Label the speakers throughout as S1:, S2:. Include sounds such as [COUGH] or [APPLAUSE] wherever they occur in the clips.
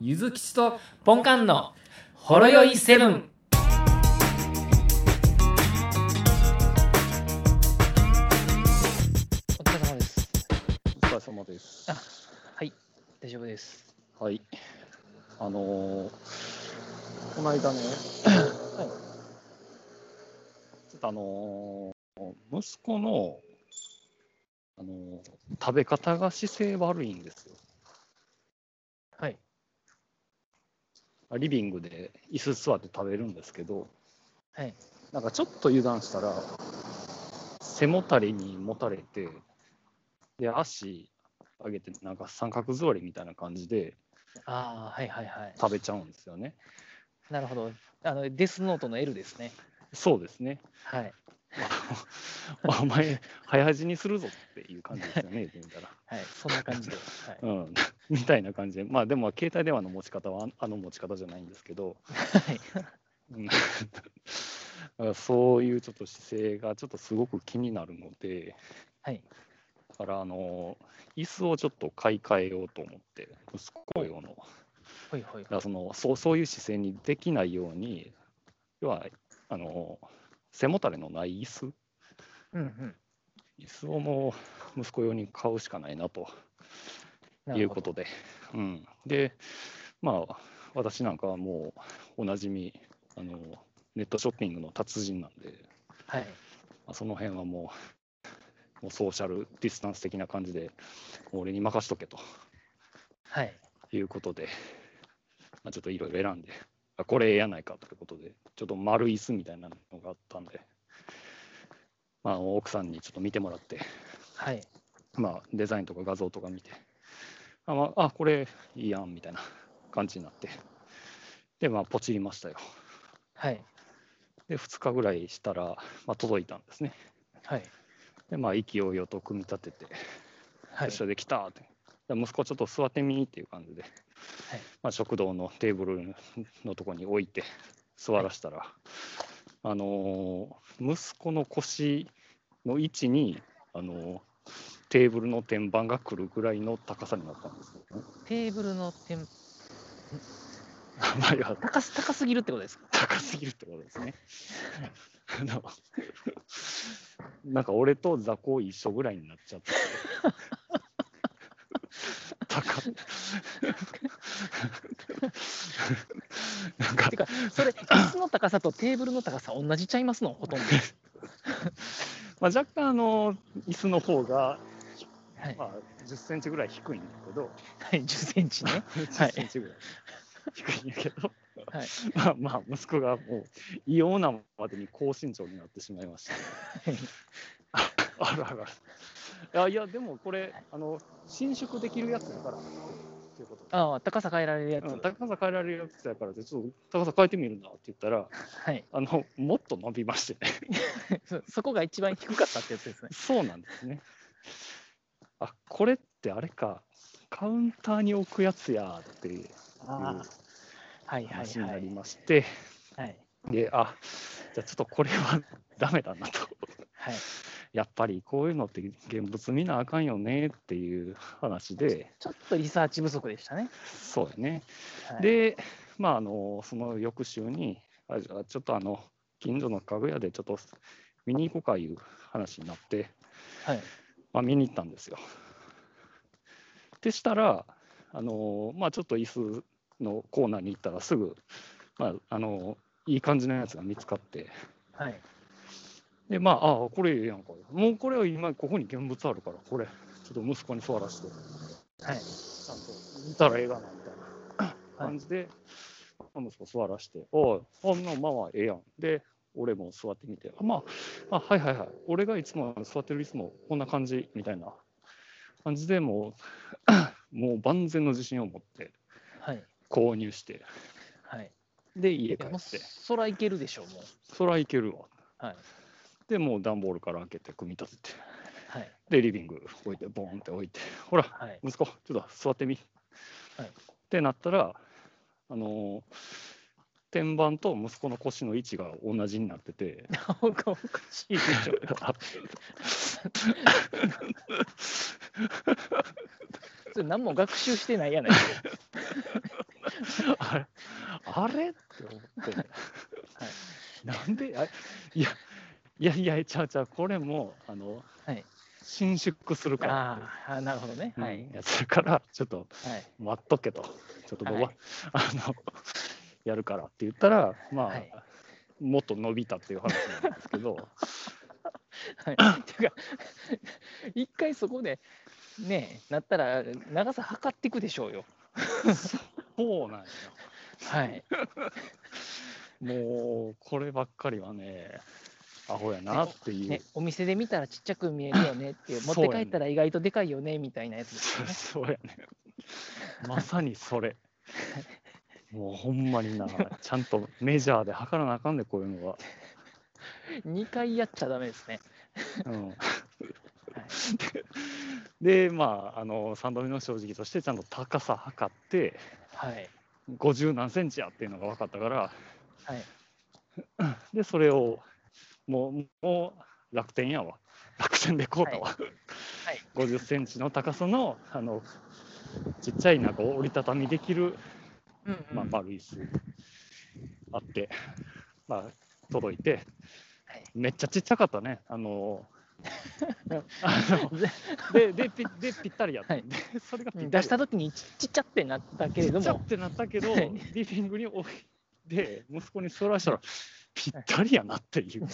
S1: ゆずきちとポンカンのほろよいセブン。
S2: お
S3: お疲れ様です。
S2: 疲れ様です。
S3: はい、大丈夫です。
S2: はい。あのーこの
S3: [LAUGHS]
S2: 間ね、ちょっとあのー息子の、あのー食べ方が姿勢悪いんですよ。
S3: はい。
S2: リビングで椅子座って食べるんですけど、
S3: はい。
S2: なんかちょっと油断したら、背もたれにもたれて、で、足上げて、なんか三角座りみたいな感じで
S3: ああ、はいはいはい。
S2: 食べちゃうんですよね。
S3: なるほど。あの、デスノートの L ですね。
S2: そうですね。
S3: はい。
S2: お前、早死にするぞっていう感じですよね、言ってみたら。
S3: はい。そんな感じで。はい、
S2: うん、 [LAUGHS] みたいな感じで、まあでも、携帯電話の持ち方はああの持ち方じゃないんですけど、
S3: はい。
S2: うんだからそういうちょっと姿勢がちょっとすごく気になるので、
S3: はい。
S2: だから、あの、椅子をちょっと買い替えようと思って、息子用の。だ
S3: ほいほい
S2: か。らそのそうそういう姿勢にできないように、要は、あの、背もたれのない椅子
S3: うんうん。
S2: 椅子をもう息子用に買うしかないなと
S3: な
S2: いう
S3: るほ
S2: こ
S3: ど。
S2: とで、うん、で、まあ、私なんかはもうおなじみあの、ネットショッピングの達人なんで、
S3: はい。
S2: まあその辺はもう、もうソーシャルディスタンス的な感じで、もう俺に任しとけと
S3: はい。
S2: いうことで、 [LAUGHS] まあ、ちょっといろいろ選んで、あこれええやないかということで、ちょっと丸椅子みたいなのがあったんで、まあ、奥さんにちょっと見てもらって、
S3: はい。
S2: まあ、デザインとか画像とか見て、あ、まあ、あこれいいやんみたいな感じになって、で、まあ、ポチりましたよ。
S3: はい。
S2: で、2日ぐらいしたら、まあ、届いたんですね。
S3: はい。
S2: で、まあ、勢いよと組み立てて、
S3: はい
S2: よっし。ゃ、できたって。で息子ちょっと座ってみっていう感じで、まあ、食堂のテーブルのとこに置いて座らせたら、あのー息子の腰の位置に、あのーテーブルの天板が来るぐらいの高さになったん
S3: [LAUGHS]
S2: ですよね。
S3: テーブルの点、
S2: まあ、いや
S3: 高す、高すぎるってことですか
S2: 高すぎるってことですね。あのなんか俺と雑魚一緒ぐらいになっちゃって。高っなんか
S3: てか、それ、椅子の高さとテーブルの高さ同じちゃいますのほとんど。
S2: まあ、若干あの椅子の方が、
S3: はい。
S2: まあ、10センチぐらい低いんだけど、
S3: はい。10センチね。
S2: 10センチぐらい低いんやけど、
S3: はい
S2: まあまあ息子がもう異様なまでに高身長になってしまいま [LAUGHS] した。
S3: はい
S2: あるあるある。いや、いやでもこれ、あの、伸縮できるやつだから。っていうことで
S3: ああ、高さ変えられるやつ。
S2: うん高さ変えられるやつだからで、ちょっと高さ変えてみるんだって言ったら、
S3: はい。
S2: あの、もっと伸びましてね。
S3: そそこが一番低かったってやつですね。
S2: そうなんですね。あ、これってあれか、カウンターに置くやつやーっていう
S3: ああ、はいはい
S2: 話に
S3: は
S2: ないり。まして、
S3: はい。
S2: で、あ、じゃあちょっとこれは [LAUGHS] ダメだなと。
S3: はい。
S2: やっぱりこういうのって現物見なあかんよねっていう話で、
S3: ちょっとリサーチ不足でしたね。
S2: そうやね。
S3: はい、
S2: で、まあ、あのその翌週にあじゃあちょっとあの近所の家具屋でちょっと見に行こうかいう話になって、
S3: はい、
S2: まあ、見に行ったんですよ。でしたらあの、まあ、ちょっと椅子のコーナーに行ったらすぐ、まあ、あのいい感じのやつが見つかって
S3: はい、
S2: でまああこれええやんかもうこれは今ここに現物あるからこれちょっと息子に座らして
S3: はい、
S2: ちゃんと見たらええがなみたいな感じで、息子座らして、おい、あまあまあまあええやん。で、俺も座ってみて、あまあ、あはいはいはい、俺がいつも座ってるいつもこんな感じみたいな感じでもう、 [COUGHS] もう万全の自信を持って
S3: はい、
S2: 購入して、
S3: はい。
S2: で、家帰
S3: いやもう
S2: って、
S3: そらいけるでしょう、も
S2: そらいけるわ。
S3: う。はい、
S2: で、もう段ボールから開けて組み立てて、
S3: はい、
S2: で、リビング置いて、ボーンって置いて、ほら、 [LAUGHS]
S3: はい、
S2: 息子、ちょっと座ってみ。
S3: はい
S2: ってなったら、あのー天板と息子の腰の位置が同じになってて、
S3: おかおかしいでしょ。それ何も学習してないやないか。
S2: あれあれって思って、 [LAUGHS] なんであいやいやいやちゃうちゃうこれもあの、 [LAUGHS]
S3: はい
S2: 伸縮するからって
S3: あーあー、なるほどね。
S2: うん
S3: はい。
S2: やつだからちょっと
S3: はい。
S2: 待っとけとちょっと僕は、
S3: はい
S2: あのやるからって言ったらまあ、
S3: はい
S2: もっと伸びたっていう話なんですけど
S3: はい、 [LAUGHS] ていうか、一回そこで、ねえ、なったら長さ測っていくでしょうよ。
S2: そうなんよ
S3: はい。
S2: もうこればっかりはねアホやなっていう、
S3: ね、お店で見たらちっちゃく見えるよねっていう、
S2: [LAUGHS]
S3: 持
S2: そ
S3: っ
S2: うやね
S3: て帰ったら意外とでかいよねみたいなやつです
S2: そ
S3: よね。
S2: そうやね。まさにそれ。もうほんまにな、ちゃんとメジャーで測らなあかんで、こういうのは。
S3: 2回やっちゃダメですね。
S2: うん、で、まあ、あの3度目の正直として、ちゃんと高さ測って、
S3: はい。
S2: 50何センチやっていうのが分かったから、
S3: はい。
S2: で、それを、もう、もう楽天やわ。 [LAUGHS] 楽天でこうたわ。
S3: はい
S2: 50センチの高さの、あの、ちっちゃいなんか折りたたみできる
S3: うん、うん
S2: まあ、丸い椅子あって、まあ、届いて、
S3: はい
S2: めっちゃちっちゃかったね。あ
S3: [LAUGHS]
S2: のあのででぴでぴったりやった、
S3: はい
S2: でそれがぴったり
S3: 出した時にちちっちゃってなったけれど
S2: ちっちゃ
S3: も
S2: っ、てなったけど、
S3: は
S2: リ
S3: い
S2: ビングに置いて、息子に座らしたら、ぴったりやなって
S3: [LAUGHS]
S2: いう、
S3: ま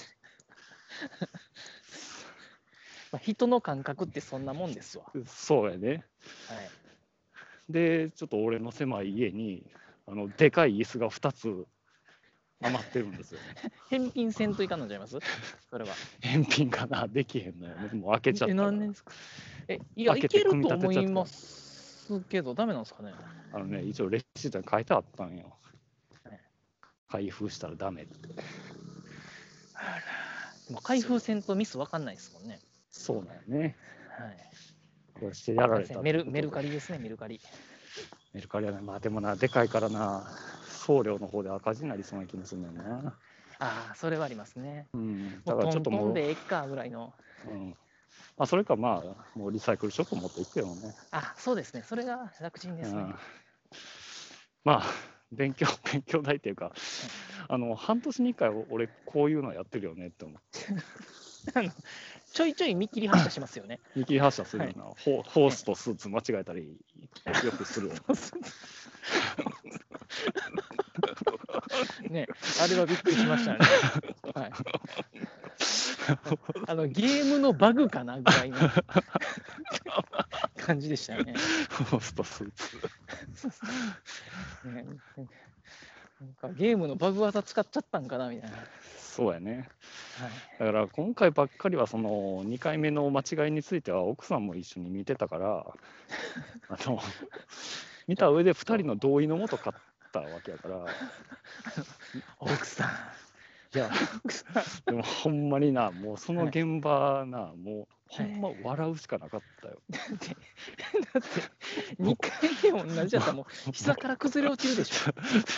S3: あ、人の感覚ってそんなもんですわ。
S2: そうやね。
S3: はい。
S2: で、ちょっと俺の狭い家に、あのでかい椅子が2つ余ってるんですよ。
S3: 返品せんといかんのちゃいますそれは。
S2: [LAUGHS] 返品かな、できへんのよね。もう開けちゃっ
S3: え、
S2: たから。
S3: 何年ですかえ、いや、
S2: 開
S3: い
S2: けて
S3: ける
S2: 組み
S3: と
S2: 立てちゃ
S3: 思
S2: った
S3: いますけど、ダメなんですかね
S2: あのね、一応レシートに書いてあったんよ
S3: はい。
S2: 開封したらダメって。
S3: まあ開封戦とミスわかんないですもんね。
S2: そうだよね。
S3: はい。
S2: こうしてやられた
S3: メルメル
S2: カ
S3: カリですね、メルカリ。
S2: メルカリやな。まあでもな、でかいからな、送料の方で赤字になりそうな気もするんだよな。
S3: ああ、それはありますね。
S2: うん。だ
S3: も
S2: か
S3: う
S2: らちょ
S3: ト
S2: っ
S3: ン
S2: と
S3: ト
S2: もう、
S3: ンでえっかぐらいの。
S2: うん。まあそれかまあ、もうリサイクルショップ持って行ってよね。
S3: あそうですね、それが楽ちんです
S2: う
S3: ね。
S2: ん。まあ、勉強、 [LAUGHS] 勉強代っていうか、あの、半年に1回俺こういうのやってるよねって思う。
S3: ちょいちょい見切り発車しますよね。
S2: 見切り発車するような、ホホースとスーツ間違えたり、よくするよ
S3: [LAUGHS]
S2: ね。
S3: ね、あれはびっくりしましたね。はい、 [LAUGHS] あのゲームのバグかなぐらいの感じでしたよね。
S2: [LAUGHS] ホースとスーツ。
S3: ねなんかゲームのバグ技使っちゃったんかなみたいな。はい
S2: そうやね。だから今回ばっかりはその2回目の間違いについては奥さんも一緒に見てたから
S3: [LAUGHS]
S2: あの見た上で2人の同意のもと買ったわけやから
S3: 奥さん、
S2: いやでもほんまになもうその現場なもうほんま笑うしかなかったよ。 [LAUGHS]
S3: 2回目同じだったらもう膝から崩れ落ちるでし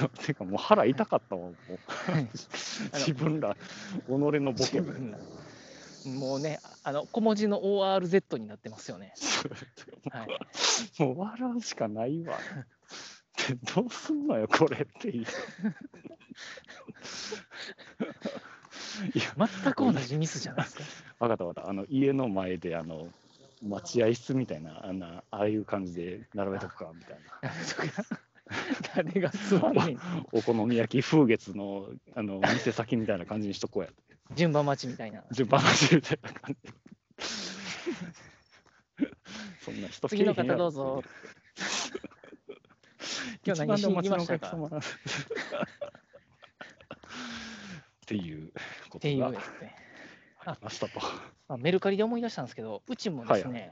S3: ょ。
S2: てかもう腹痛かったもんもう
S3: はい
S2: [LAUGHS] 自分ら己のボケ
S3: 自分らもうね、あの小文字の ORZ になってますよね。はい、
S2: もう笑うしかないわ。 [LAUGHS] でどうすんのよ、これっていう。いや、
S3: 全く同じミスじゃないですか。 [LAUGHS]
S2: 分かった分かった。あの、家の前で、あの、待合室みたいな、あんな、ああいう感じで並べとくか、みたいな。
S3: 誰が座んねん
S2: お好み焼き風月の、あの、店先みたいな感じにしとこうや。
S3: 順番待ちみたい [LAUGHS]
S2: [LAUGHS]
S3: な。
S2: 順番待ちみたいな感じ。そんな人
S3: 次の
S2: 切れへ
S3: 方
S2: んやろ
S3: どうぞ。今日
S2: 一
S3: 何
S2: 番
S3: し
S2: のお
S3: に
S2: 待
S3: 来
S2: ち
S3: ま
S2: のお客 [LAUGHS] 様
S3: したか
S2: なんですっていうこ
S3: って
S2: と
S3: い
S2: が
S3: うですね。
S2: ありましたと。
S3: まあ、メルカリで思い出したんですけど、うちもですね、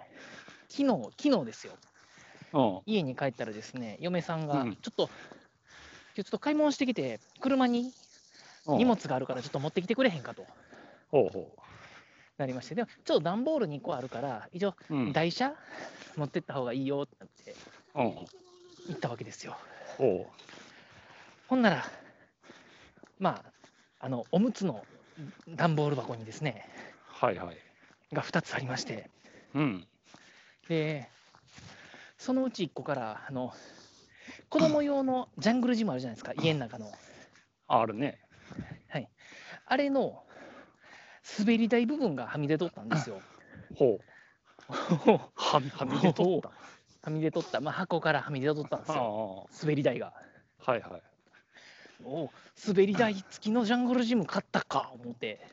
S3: 昨日、昨日ですよ。
S2: うん
S3: 家に帰ったらですね、嫁さん
S2: う
S3: が
S2: ん
S3: ちょっと、今日ちょっと買い物してきて、車に
S2: うん
S3: 荷物があるからちょっと持ってきてくれへんかと
S2: ほうほ
S3: なりまして、でもちょっと段ボール2個あるから、一応
S2: う。うん。
S3: 台車持ってった方がいいよってなって
S2: うん。
S3: 行ったわけですよ。
S2: ほう。
S3: ほんなら、まあ、あのおむつの段ボール箱にですね、
S2: はいはい。
S3: が2つありまして、
S2: うん。
S3: で、そのうち1個から、あの子供用のジャングルジムあるじゃないですか、家の中の。
S2: ああるね。
S3: あれの滑り台部分がはみ出とったんですよ。 [LAUGHS]
S2: ほう。は [LAUGHS] みはみ出とった。
S3: はみ出とった、まあ、箱からはみ出とったんです
S2: あ
S3: よ、
S2: あ。
S3: 滑り台が。
S2: はいはい。
S3: おう滑り台付きのジャングルジム買ったか思って。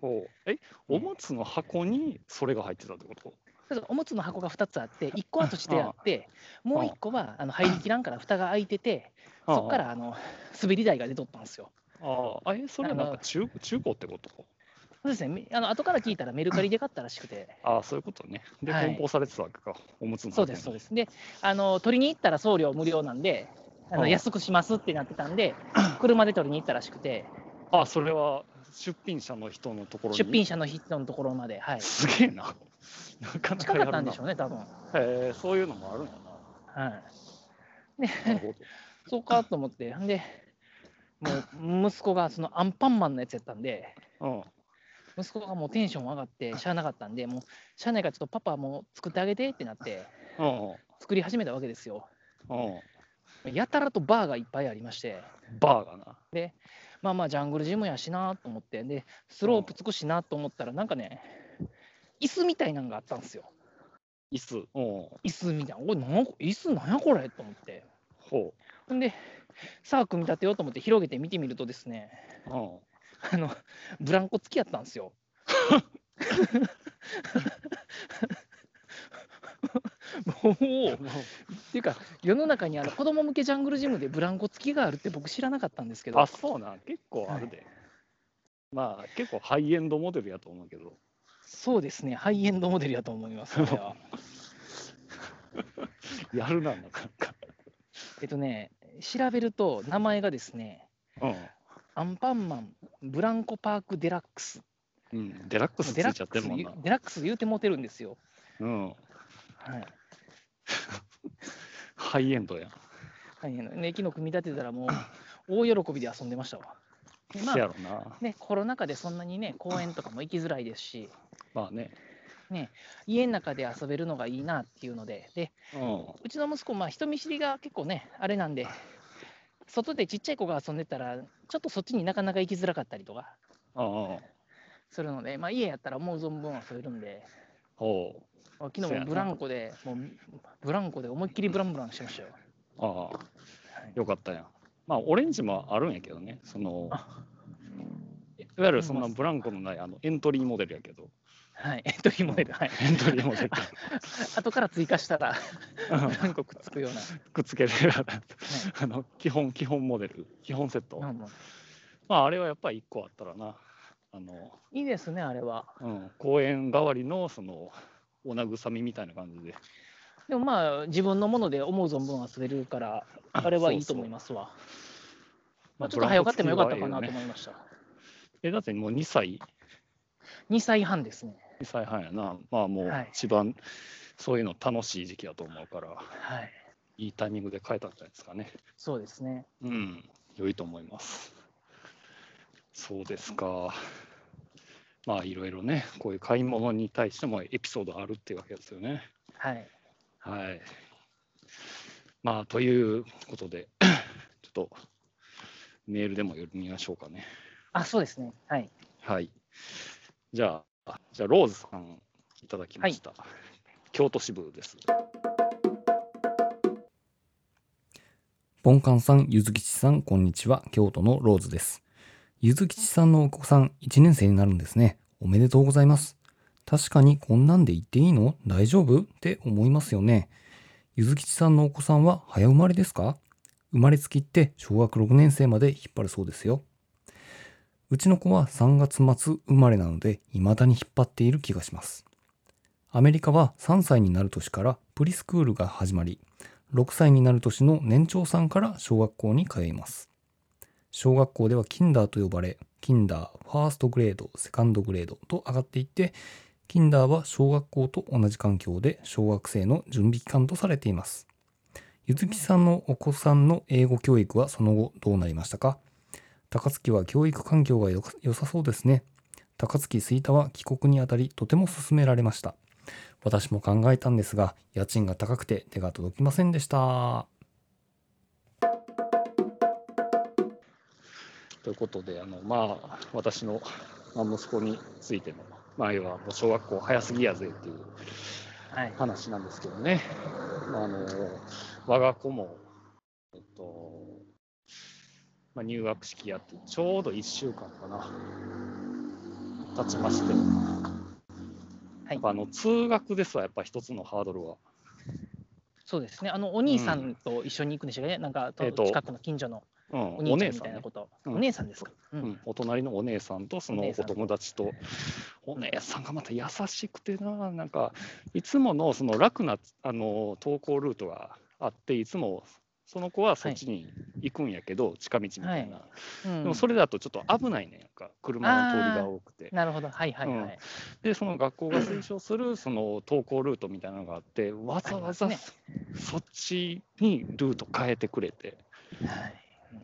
S2: ほう。え、おむつの箱にそれが入ってたってこと
S3: だからおむつの箱が2つあって、1個はとしてあって、もう1個はあの入りきらんから蓋が開いてて、そこか。らあの滑り台が出とったんですよ。
S2: ああ。あえ、それはなんか中中古ってこと
S3: そうですね、みあの後から聞いたらメルカリで買ったらしくて、
S2: ああ、そういうことね。で、
S3: はい
S2: 梱包されてたわけか。おむつの
S3: そ
S2: 箱
S3: うです、そうです。で、あの取りに行ったら送料無料なんで、あ
S2: う
S3: の
S2: ん
S3: 安くしますってなってたんで、車で取りに行ったらしくて、
S2: あ、それは出品者の人のところに。
S3: 出品者の人のところまで、はい、
S2: すげえな。 [LAUGHS] なかな
S3: 近
S2: か
S3: か
S2: や
S3: った
S2: る
S3: ん
S2: な
S3: でしょうね、多分
S2: へえ、そういうのもあるんや
S3: はい。で、
S2: な。なるほど。
S3: そうかと思って、で、もう息子がそのアンパンマンのやつやったんで、
S2: うん、
S3: 息子がもうテンション上がって、しゃあなかったんで、もうしゃあないからちょっとパパもう作ってあげてってなって、
S2: うん、
S3: 作り始めたわけですよ。
S2: う
S3: やたらとバーがいっぱいありまして。
S2: ん。バーがな。
S3: まあまあジャングルジムやしなと思ってでスロープつくしなと思ったらなんかね椅子みたいなのがあったんですよ
S2: 椅子。うん。
S3: 椅子みたいなおいなんか椅子なんやこれと思って
S2: ほ
S3: ほんでさあ組み立てようと思って広げて見てみるとですね
S2: う。うん。
S3: あのブランコ付きやったんですよもうっていうか世の中にあの子供向けジャングルジムでブランコ付きがあるって僕知らなかったんですけど
S2: あ、そうなん。結構あるで。まあ、結構ハイエンドモデルやと思うけど。
S3: そうですねハイエンドモデルやと思いますこれは
S2: やるな、なかなか。
S3: えっとね、調べると名前がですね、
S2: う
S3: アンパンマンブランコパークデラックス。
S2: ん。うん、デラックスつ
S3: デラ
S2: いちゃ
S3: ッ
S2: っ
S3: ク
S2: て
S3: ス
S2: るもんな。
S3: デラックス言うてもてるんですよ。
S2: うん。
S3: はい。
S2: ハイエンドやん。
S3: 大変なね、昨日組み立てたらもう大喜びで遊んでましたわ。でま
S2: せや
S3: あ
S2: ろな。
S3: ね、コロナ禍でそんなにね、公園とかも行きづらいですし、
S2: まあね。
S3: 家の中で遊べるのがいいなっていうので、で
S2: うん。
S3: うちの息子、まあ、人見知りが結構ね、あれなんで、外でちっちゃい子が遊んでたら、ちょっとそっちになかなか行きづらかったりとか
S2: うんうん。
S3: するので、まあ、家やったらもう存分遊べるんで。
S2: ほ
S3: あ昨
S2: そ
S3: 日
S2: や
S3: も
S2: な
S3: ブランコで、もうブランコで思いっきりブランブランしてましたよ。
S2: う。ああ。よかったやん。まあ、オレンジもあるんやけどね。その、いわゆるそんなブランコのないあのエントリーモデルやけど、
S3: はい、 [LAUGHS] エントリーモデル、はい。
S2: エントリーモデル
S3: 後から追加
S2: [LAUGHS]
S3: したら、ブランコくっつくような。
S2: くっつけれるあの基本、基本モデル、基本セット。
S3: まあまあ
S2: まあ、あれはやっぱり1個あったらな、あの、
S3: いいですね、あれは。
S2: うん、公園代わりのその、お慰みみたいな感じで、
S3: でもまあ、自分のもので思う存分遊べるから、あれはいいと思いますわ。まあ、ちょっと早かってもよかったかな
S2: ブラン
S3: と
S2: コ付きはええよね
S3: 思いました。
S2: え、だってもう2歳、
S3: 2歳半ですね。
S2: 2歳半やな、まあもう
S3: はい
S2: 一番そういうの楽しい時期だと思うから、
S3: はい。
S2: いいタイミングで変えたんじゃないですかね。
S3: そうですね。
S2: うん、良いと思います。そうですか。まあいろいろね、こういう買い物に対してもエピソードあるっていうわけですよね。
S3: はい。
S2: はい。まあということで、ちょっとメールでも読みましょうかね。
S3: あ、そうですね。はい。
S2: はい。じゃあ、じゃあローズさんいただきました。京都支部です。
S4: ポンカンさん、ゆずきちさん、こんにちは。京都のローズです。ゆずきちさんのお子さん、1年生になるんですね。おめでとうございます。確かにこんなんで言っていいの大丈夫って思いますよね。ゆずきちさんのお子さんは早生まれですか生まれつきって小学6年生まで引っ張るそうですよ。うちの子は3月末生まれなので、未だに引っ張っている気がします。アメリカは3歳になる年からプリスクールが始まり、6歳になる年の年長さんから小学校に通います。小学校ではキンダーと呼ばれ、キンダー、ファーストグレード、セカンドグレードと上がっていって、キンダーは小学校と同じ環境で小学生の準備期間とされています。ゆずきさんのお子さんの英語教育はその後どうなりましたか高槻は教育環境がよか良さそうですね。高槻吹田は帰国にあたりとても勧められました。私も考えたんですが家賃が高くて手が届きませんでした
S2: ということで、あのまあ、私の、まあ、息子についての、まあ、要はもう小学校早すぎやぜっていう
S3: はい。
S2: 話なんですけどね、まあ、あの我が子も、えっとまあ、入学式やって、ちょうど1週間かな、経ちまして、
S3: はい
S2: やっぱあの通学ですわ、やっぱ一つのハードルは。
S3: そうですね。あの、お兄さんと一緒に行くんでしたかね。なんか、と
S2: えーと
S3: 近くの近所の
S2: うん、
S3: お兄
S2: お
S3: ちゃ
S2: 姉
S3: んみ
S2: さ
S3: た
S2: ん
S3: い
S2: ね
S3: なこと。
S2: うん
S3: お姉さんですか。う。
S2: うんん、お隣のお姉さんとその
S3: お
S2: お
S3: 姉さん
S2: 友達と、お姉さんがまた優しくてな、なんかいつものその楽なあの登校ルートがあって、いつもその子はそっちに行くんやけど、近道みたいな、
S3: うん
S2: でもそれだとちょっと危ないねんか、車の通りが多くて。
S3: なるほど。はいはいは
S2: うん
S3: い。
S2: で、その学校が推奨するその登校ルートみたいなのがあって、わざわざ
S3: ありま
S2: そそっちにルート変えてくれて。
S3: はい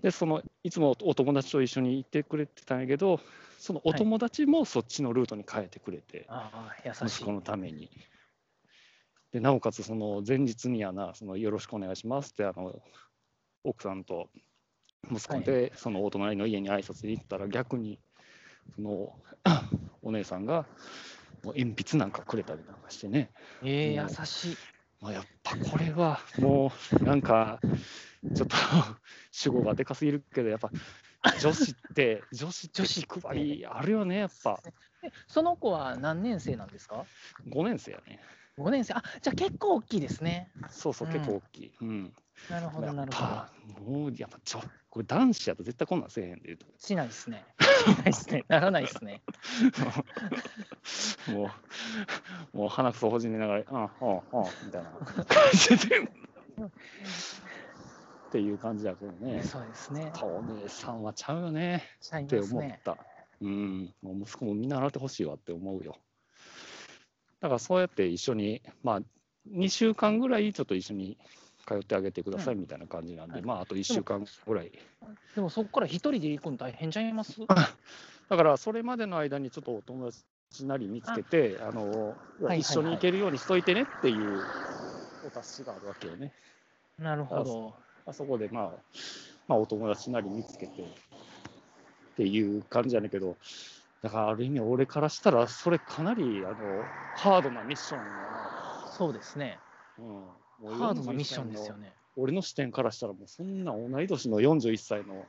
S2: でそのいつもお友達と一緒に行ってくれてたんやけどそのお友達もそっちのルートに変えてくれて、
S3: ああ、優し
S2: 息子
S3: い。
S2: のために。でなおかつその前日にはなそのよろしくお願いしますってあの奥さんと息子でそのお隣の家に挨拶に行ったら逆にそのお姉さんがもう鉛筆なんかくれたりなんかしてね
S3: ええ
S2: うん
S3: 優しい。
S2: まあ、やっぱこれはもうなんかちょっと [LAUGHS] 主語がでかすぎるけどやっぱ女子って [LAUGHS] 女子って
S3: 女子
S2: 気配りあるよねやっぱ
S3: えその子は何年生なんですか
S2: 5年生やね
S3: ?5 年生。あ、じゃあ結構大きいですね。
S2: そうそう
S3: うん
S2: 結構大きい、うん
S3: なるほ
S2: や
S3: ど、な
S2: っ
S3: るほど
S2: ぱ。もうやっぱちょこれ男子やと絶対こんなんせえへんで言うと
S3: しないで
S2: [LAUGHS]
S3: すね。しないですね。ならないですね。
S2: もう [LAUGHS] もう鼻くそほじりながら「うんうんうん」みたいな感じで [LAUGHS] っていう感じだけどね
S3: そうですね。
S2: やっぱお姉さんはちゃうよね
S3: しちゃい
S2: っ
S3: ま
S2: て
S3: す
S2: 思っ
S3: ね。
S2: た、うんもう息子も見習ってほしいわって思うよだからそうやって一緒にまあ2週間ぐらいちょっと一緒に通ってあげてくださいみたいな感じなんで、
S3: はい
S2: まああと1週間ぐらい
S3: でもそこから一人で行くの大変ちゃいます
S2: だからそれまでの間にちょっとお友達なり見つけてあの、
S3: はい
S2: 一緒に行けるようにしといてねっていうお達しがあるわけよね
S3: なるほど。
S2: あそこで、まあ、まあお友達なり見つけてっていう感じじゃないけどだからある意味俺からしたらそれかなりあのハードなミッションやな、
S3: そうですね。
S2: うん、もう
S3: ハードなミッション
S2: 41
S3: ですよ
S2: 歳の
S3: ね。
S2: 俺の視点からしたらもうそんな同い年の41歳の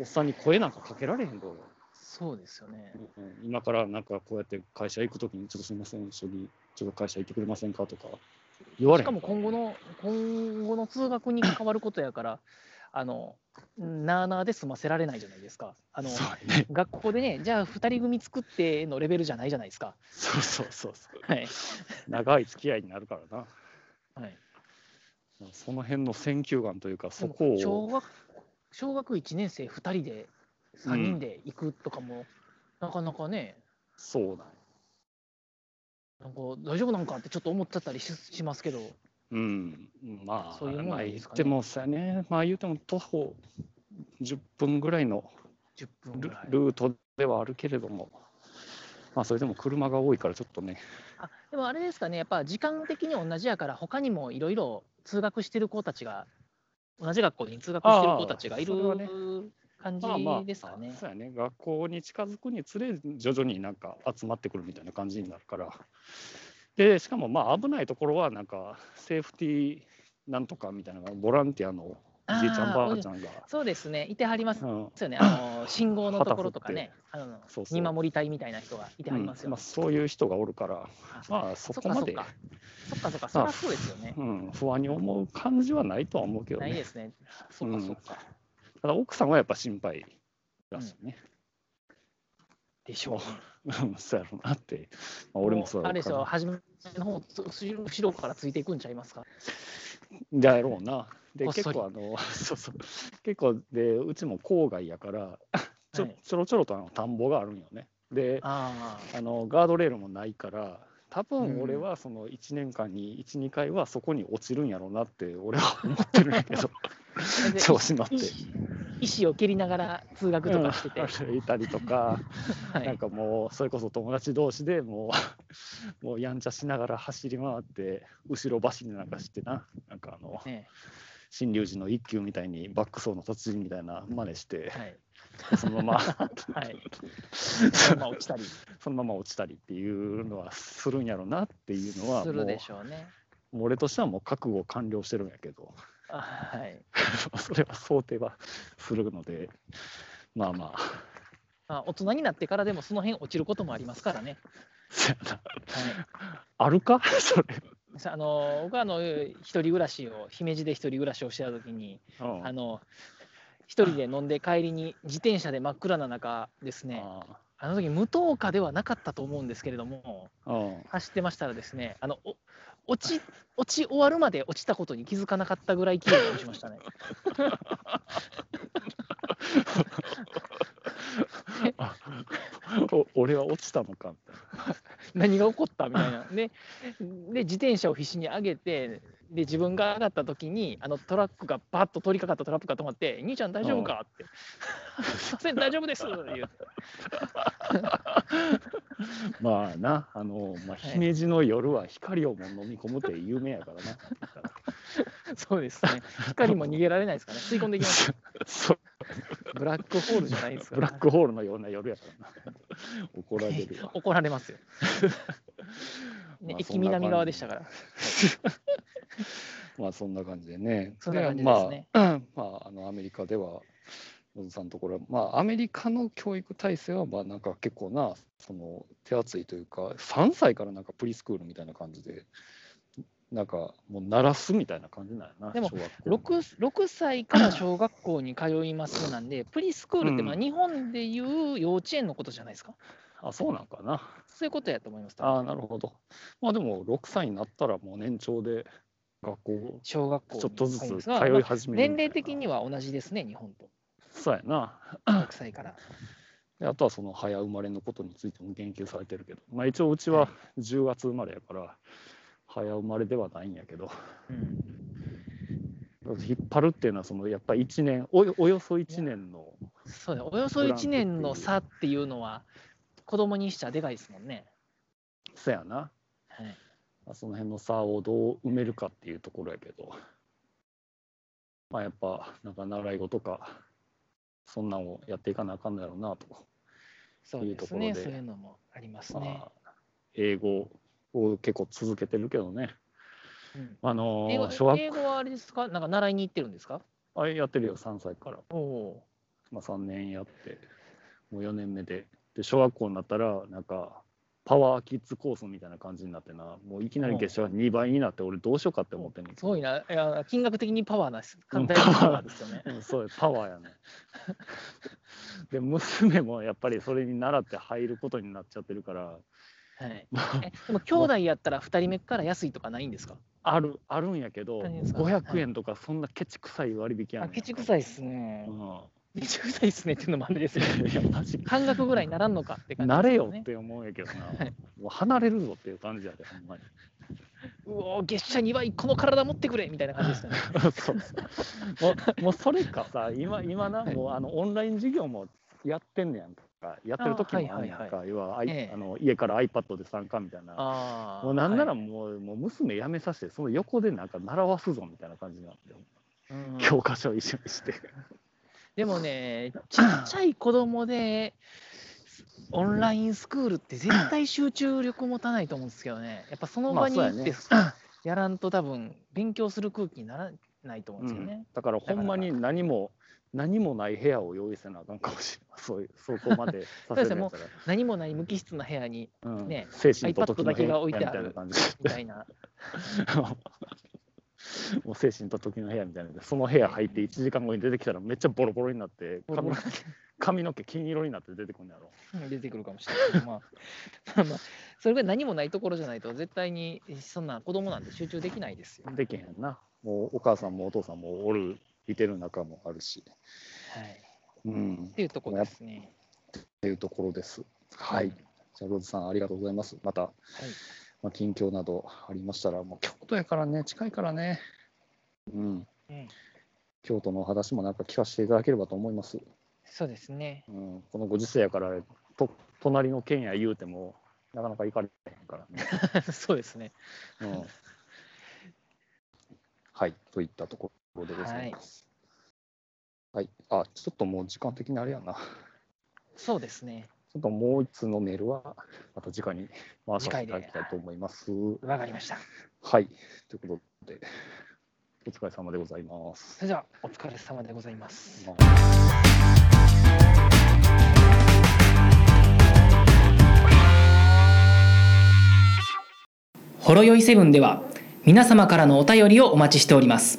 S2: おっさんに声なんかかけられへんと思う
S3: そうですよね。
S2: うんうん今からなんかこうやって会社行くときにちょっとすみません一緒にちょっと会社行ってくれませんかとか言われ
S3: し
S2: へん
S3: かも今後の、今後の通学に関わることやから、あの、なあなあで済ませられないじゃないですか。あの、
S2: そうやね
S3: 学校でね、じゃあ2人組作ってのレベルじゃないじゃないですか。
S2: そうそうそうそう
S3: はい。
S2: 長い付き合いになるからな
S3: はい、
S2: その辺の選球眼というか、そ
S3: でも
S2: こ
S3: 小
S2: を、
S3: 学小学1年生2人で、3人で行くとかも、なかなかね、
S2: そうなんや
S3: なんか大丈夫なんかってちょっと思っちゃったりししますけど、
S2: うん、まあ、
S3: そういうもん
S2: ま
S3: な
S2: あ
S3: ん
S2: 言
S3: で
S2: っ
S3: すか
S2: て
S3: ね
S2: もさね、まあ言うても徒歩10分ぐらいの
S3: 10分ぐ
S2: ル
S3: らい。
S2: ルートではあるけれども、まあそれでも車が多いからちょっとね、
S3: あでもあれですかね、やっぱ時間的に同じやから、他にもいろいろ通学してる子たちが、同じ学校に通学してる子たちがいる
S2: ああそれはね
S3: 感じ
S2: まあまあ、
S3: ですかね。
S2: そうやね、学校に近づくにつれ、徐々になんか集まってくるみたいな感じになるから、で、しかもまあ危ないところは、なんかセーフティーなんとかみたいなのが、ボランティアの
S3: あー
S2: じいちゃん、ばあちゃんが。
S3: そうですね、いてはります
S2: うん
S3: よね、あ
S2: [LAUGHS]
S3: の信号のところとかね、あの
S2: そうそう
S3: 見守り隊みたいな人がいてはります
S2: うん
S3: よ、
S2: まあ、そういう人がおるから、まあ、そ
S3: そ
S2: こ
S3: っか
S2: ま
S3: そっ
S2: で
S3: か、そっかそっか、そりゃそうですよね。
S2: うん、不安に思う感じはないとは思うけど
S3: ないで
S2: ね、
S3: すね。そっかそっか。
S2: ただ奥さんはやっぱ心配らしいね、
S3: でしょうね。
S2: うん、そうやろうなって、まあ、俺もそう
S3: あ
S2: やろう
S3: れです
S2: か
S3: よ、
S2: ら、
S3: 初めの方、後ろ後ろからついていくんちゃいますか。
S2: だろうな、で、
S3: こっそり
S2: 結構あの、 [LAUGHS] そうそう、結構で、うちも郊外やから、ちょ,、
S3: [LAUGHS] はい
S2: ちょろちょろとあの田んぼがあるんよね。で
S3: あ
S2: あの、ガードレールもないから、多
S3: うん
S2: 分俺はその1年間に1、2回はそこに落ちるんやろうなって、俺は思ってるんやけ
S3: [LAUGHS]
S2: ど、 [LAUGHS]
S3: あ。
S2: 調子乗って。
S3: 石を蹴りながら通学とかし
S2: [LAUGHS]
S3: てて、
S2: うん歩いたりとか、
S3: は
S2: なん
S3: い、
S2: かもうそれこそ友達同士でもう [LAUGHS] もうやんちゃしながら走り回って後ろ走りなんかしてななんかあの
S3: ね
S2: 新龍寺の一休みたいにバック走の達人みたいな真似して
S3: はい、
S2: そのま
S3: [LAUGHS]
S2: ま、 [LAUGHS]
S3: はいそのまま落ちたり
S2: そのまま落ちたりっていうのはするんやろなっていうのは、
S3: す
S2: も
S3: る
S2: う
S3: でしょうね。
S2: もう俺としてはもう覚悟完了してるんやけど、 [LAUGHS]
S3: あはい。
S2: それは想定はするので、まあまあ、
S3: まあ、大人になってからでもその辺落ちることもありますからね。
S2: そやな
S3: はい
S2: [LAUGHS] あるか [LAUGHS] それ。
S3: さ、あの僕はあの一人暮らしを姫路で一人暮らしをしてた時に
S2: うん
S3: あの一人で飲んで帰りに自転車で真っ暗な中ですね
S2: あ
S3: あの時無灯火ではなかったと思うんですけれども
S2: あうん
S3: 走ってましたらですねあのお落ち落ち終わるまで落ちたことに気づかなかったぐらい綺麗に落ちま
S2: [LAUGHS]
S3: したね。
S2: お俺は落ちたのかみたいな。
S3: 何が起こったみたいな。で、で自転車を必死に上げて、で、自分が上がった時に、あのトラックがバッと通りかかったトラックが止まって、兄ちゃん大丈夫かって、 [LAUGHS] すいません、大丈夫ですって言う
S2: まあな、あの、まあ、
S3: はい
S2: 姫路の夜は光をも飲み込むって有名やからな。
S3: [LAUGHS] そうですね。光も逃げられないです [LAUGHS] からね。吸い込んでいきます。
S2: そう
S3: ブラックホールじゃないですか
S2: ブ
S3: ら
S2: ラックホールのような夜やからな。怒られる
S3: [LAUGHS]
S2: わ。
S3: 怒られますよ。ね、
S2: まあ
S3: 駅南側でしたから。
S2: まあそんな感じでね。
S3: そんな感じですね
S2: まあ、まあ、あのアメリカでは、野津さんのところは、まあ、アメリカの教育体制は、まあ、なんか結構な、その手厚いというか、3歳からなんかプリスクールみたいな感じで、なんかもう鳴らすみたいな感じなんやな、
S3: でも
S2: 小学校の
S3: 6, 6歳から小学校に通いますなんで、プリスクールってまあ
S2: うん
S3: 日本でいう幼稚園のことじゃないですか。
S2: あ、そうなんかな。
S3: そういうことやと思います。
S2: ああ、なるほど。まあでも、6歳になったらもう年長で学校、
S3: 小学校に
S2: ちょっとずつ
S3: 入ります
S2: 通
S3: が
S2: い始める
S3: 年齢的に
S2: は。
S3: は同じですね、日本と。
S2: そうやな。
S3: 6歳から。
S2: であとはその早生まれのことについても言及されてるけど、まあ、一応うちは
S3: は
S2: 10月生まれやから、早生まれではないんやけど
S3: うん、
S2: 引っ張るっていうのはそのやっぱ一年およおよそ1年の
S3: そうね、およそ1年の差っていうのは、子供にしちゃでかいですもんね。
S2: 差やな
S3: はい、
S2: まあその辺の差をどう埋めるかっていうところやけど、まあ、やっぱなんか習い事かそんなんをやっていかなあかんのやろうなと
S3: そう
S2: いう
S3: で
S2: とこ
S3: す
S2: ろ
S3: ね、
S2: で
S3: そういうのもあります
S2: ま
S3: ね。
S2: あ、英語を結構続けてるけどね
S3: うん
S2: あのー
S3: 英語
S2: 小学
S3: 英語はあれですか、なんか習いに行ってるんですか
S2: あやってるよ3歳から。
S3: おお
S2: まあ、3年やってもう4年目でで小学校になったらなんかパワーキッズコースみたいな感じになってなもういきなり月謝が2倍になって俺どうしようかって思ってんねん
S3: ー、すごいな、いや金額的にパワーなです、
S2: う
S3: 簡
S2: ん
S3: 単にパワーですよね。
S2: うんそうパワー
S3: [LAUGHS]
S2: やねで娘もやっぱりそれに習って入ることになっちゃってるから [LAUGHS]
S3: はい、えでも、兄弟やったら2人目から安いとかないんですか
S2: あるあるんやけど
S3: 大変ですか
S2: 500円とかそんなケチくさい割引やね
S3: あ
S2: ん
S3: ケチくさいっすね
S2: う。ん
S3: ケチくさいっすねっていうのもあ
S2: [LAUGHS]
S3: れですよね。
S2: いやマジ
S3: 半額ぐらいにならんのかって感じ
S2: 慣
S3: です
S2: れ
S3: よ
S2: よ
S3: ね
S2: って思うんやけどな、
S3: はい
S2: もう離れるぞっていう感じやでほんまに
S3: うおー月謝2倍この体持ってくれみたいな感じで
S2: [LAUGHS]
S3: すよね
S2: そうそうもうもうそれか
S3: [LAUGHS]
S2: さ今今なもうあのオンライン授業もやってんねやんかやってる時もあんねやんか要はあい
S3: ええ
S2: あの家から iPad で参加みたいな
S3: あ
S2: もうなんならもう,、もう娘やめさせてその横でなんか習わすぞみたいな感じなんだよ、教科書一緒にして
S3: でもねちっちゃい子供でオンラインスクールって絶対集中力持たないと思うんですけどねやっぱその場に
S2: まあ
S3: 行
S2: そう
S3: っ
S2: や
S3: て
S2: ね
S3: やらんと多分勉強する空気にならないと思うんですよね、
S2: だからほんまに何も何もない部屋を用意せなあかんかもしれないそういうそこまでさせるんやったら
S3: 何もない無機質な部屋に
S2: うん
S3: ね
S2: 精神と時
S3: iPad
S2: の
S3: だ
S2: 部
S3: け
S2: 屋
S3: が
S2: み
S3: 置い
S2: た
S3: て
S2: い
S3: ある
S2: な感じ
S3: みたいな
S2: [LAUGHS] もう精神と時の部屋みたいなのでその部屋入って1時間後に出てきたらめっちゃボロボロになって
S3: ボロ
S2: 髪
S3: ボ
S2: の
S3: ロ
S2: 毛髪の毛金色になって出てくるんやろ
S3: 出てくるかもしれないけどまあまあそれが何もないところじゃないと絶対にそんな子供なんて集中できないですよ、
S2: できへんなもうお母さんもお父さんもおるいてる中もあるし、
S3: はい
S2: うん、
S3: っていうところですね。
S2: っていうところですはいじゃあローズさんありがとうございますまた、まあ、近況などありましたらもう京都やからね近いからねうん
S3: うん
S2: 京都のお話もなんか聞かせていただければと思います
S3: そうですね。
S2: うん、このご時世やからと隣の県や言うてもなかなか行かれへんからね、
S3: そうですね。
S2: [LAUGHS] うん、はいといったところでございます、はい。あ、ちょっともう時間的にあれやな。ち
S3: そうですね。
S2: ょっともう一通のメールは、また次回に回させていただきたいと思います。
S3: わかりました。
S2: はい。ということで、お疲れ様でございます
S3: そ。れでは、お疲れ様でございます。
S2: まあ
S1: ほろよいセブンでは皆様からのお便りをお待ちしております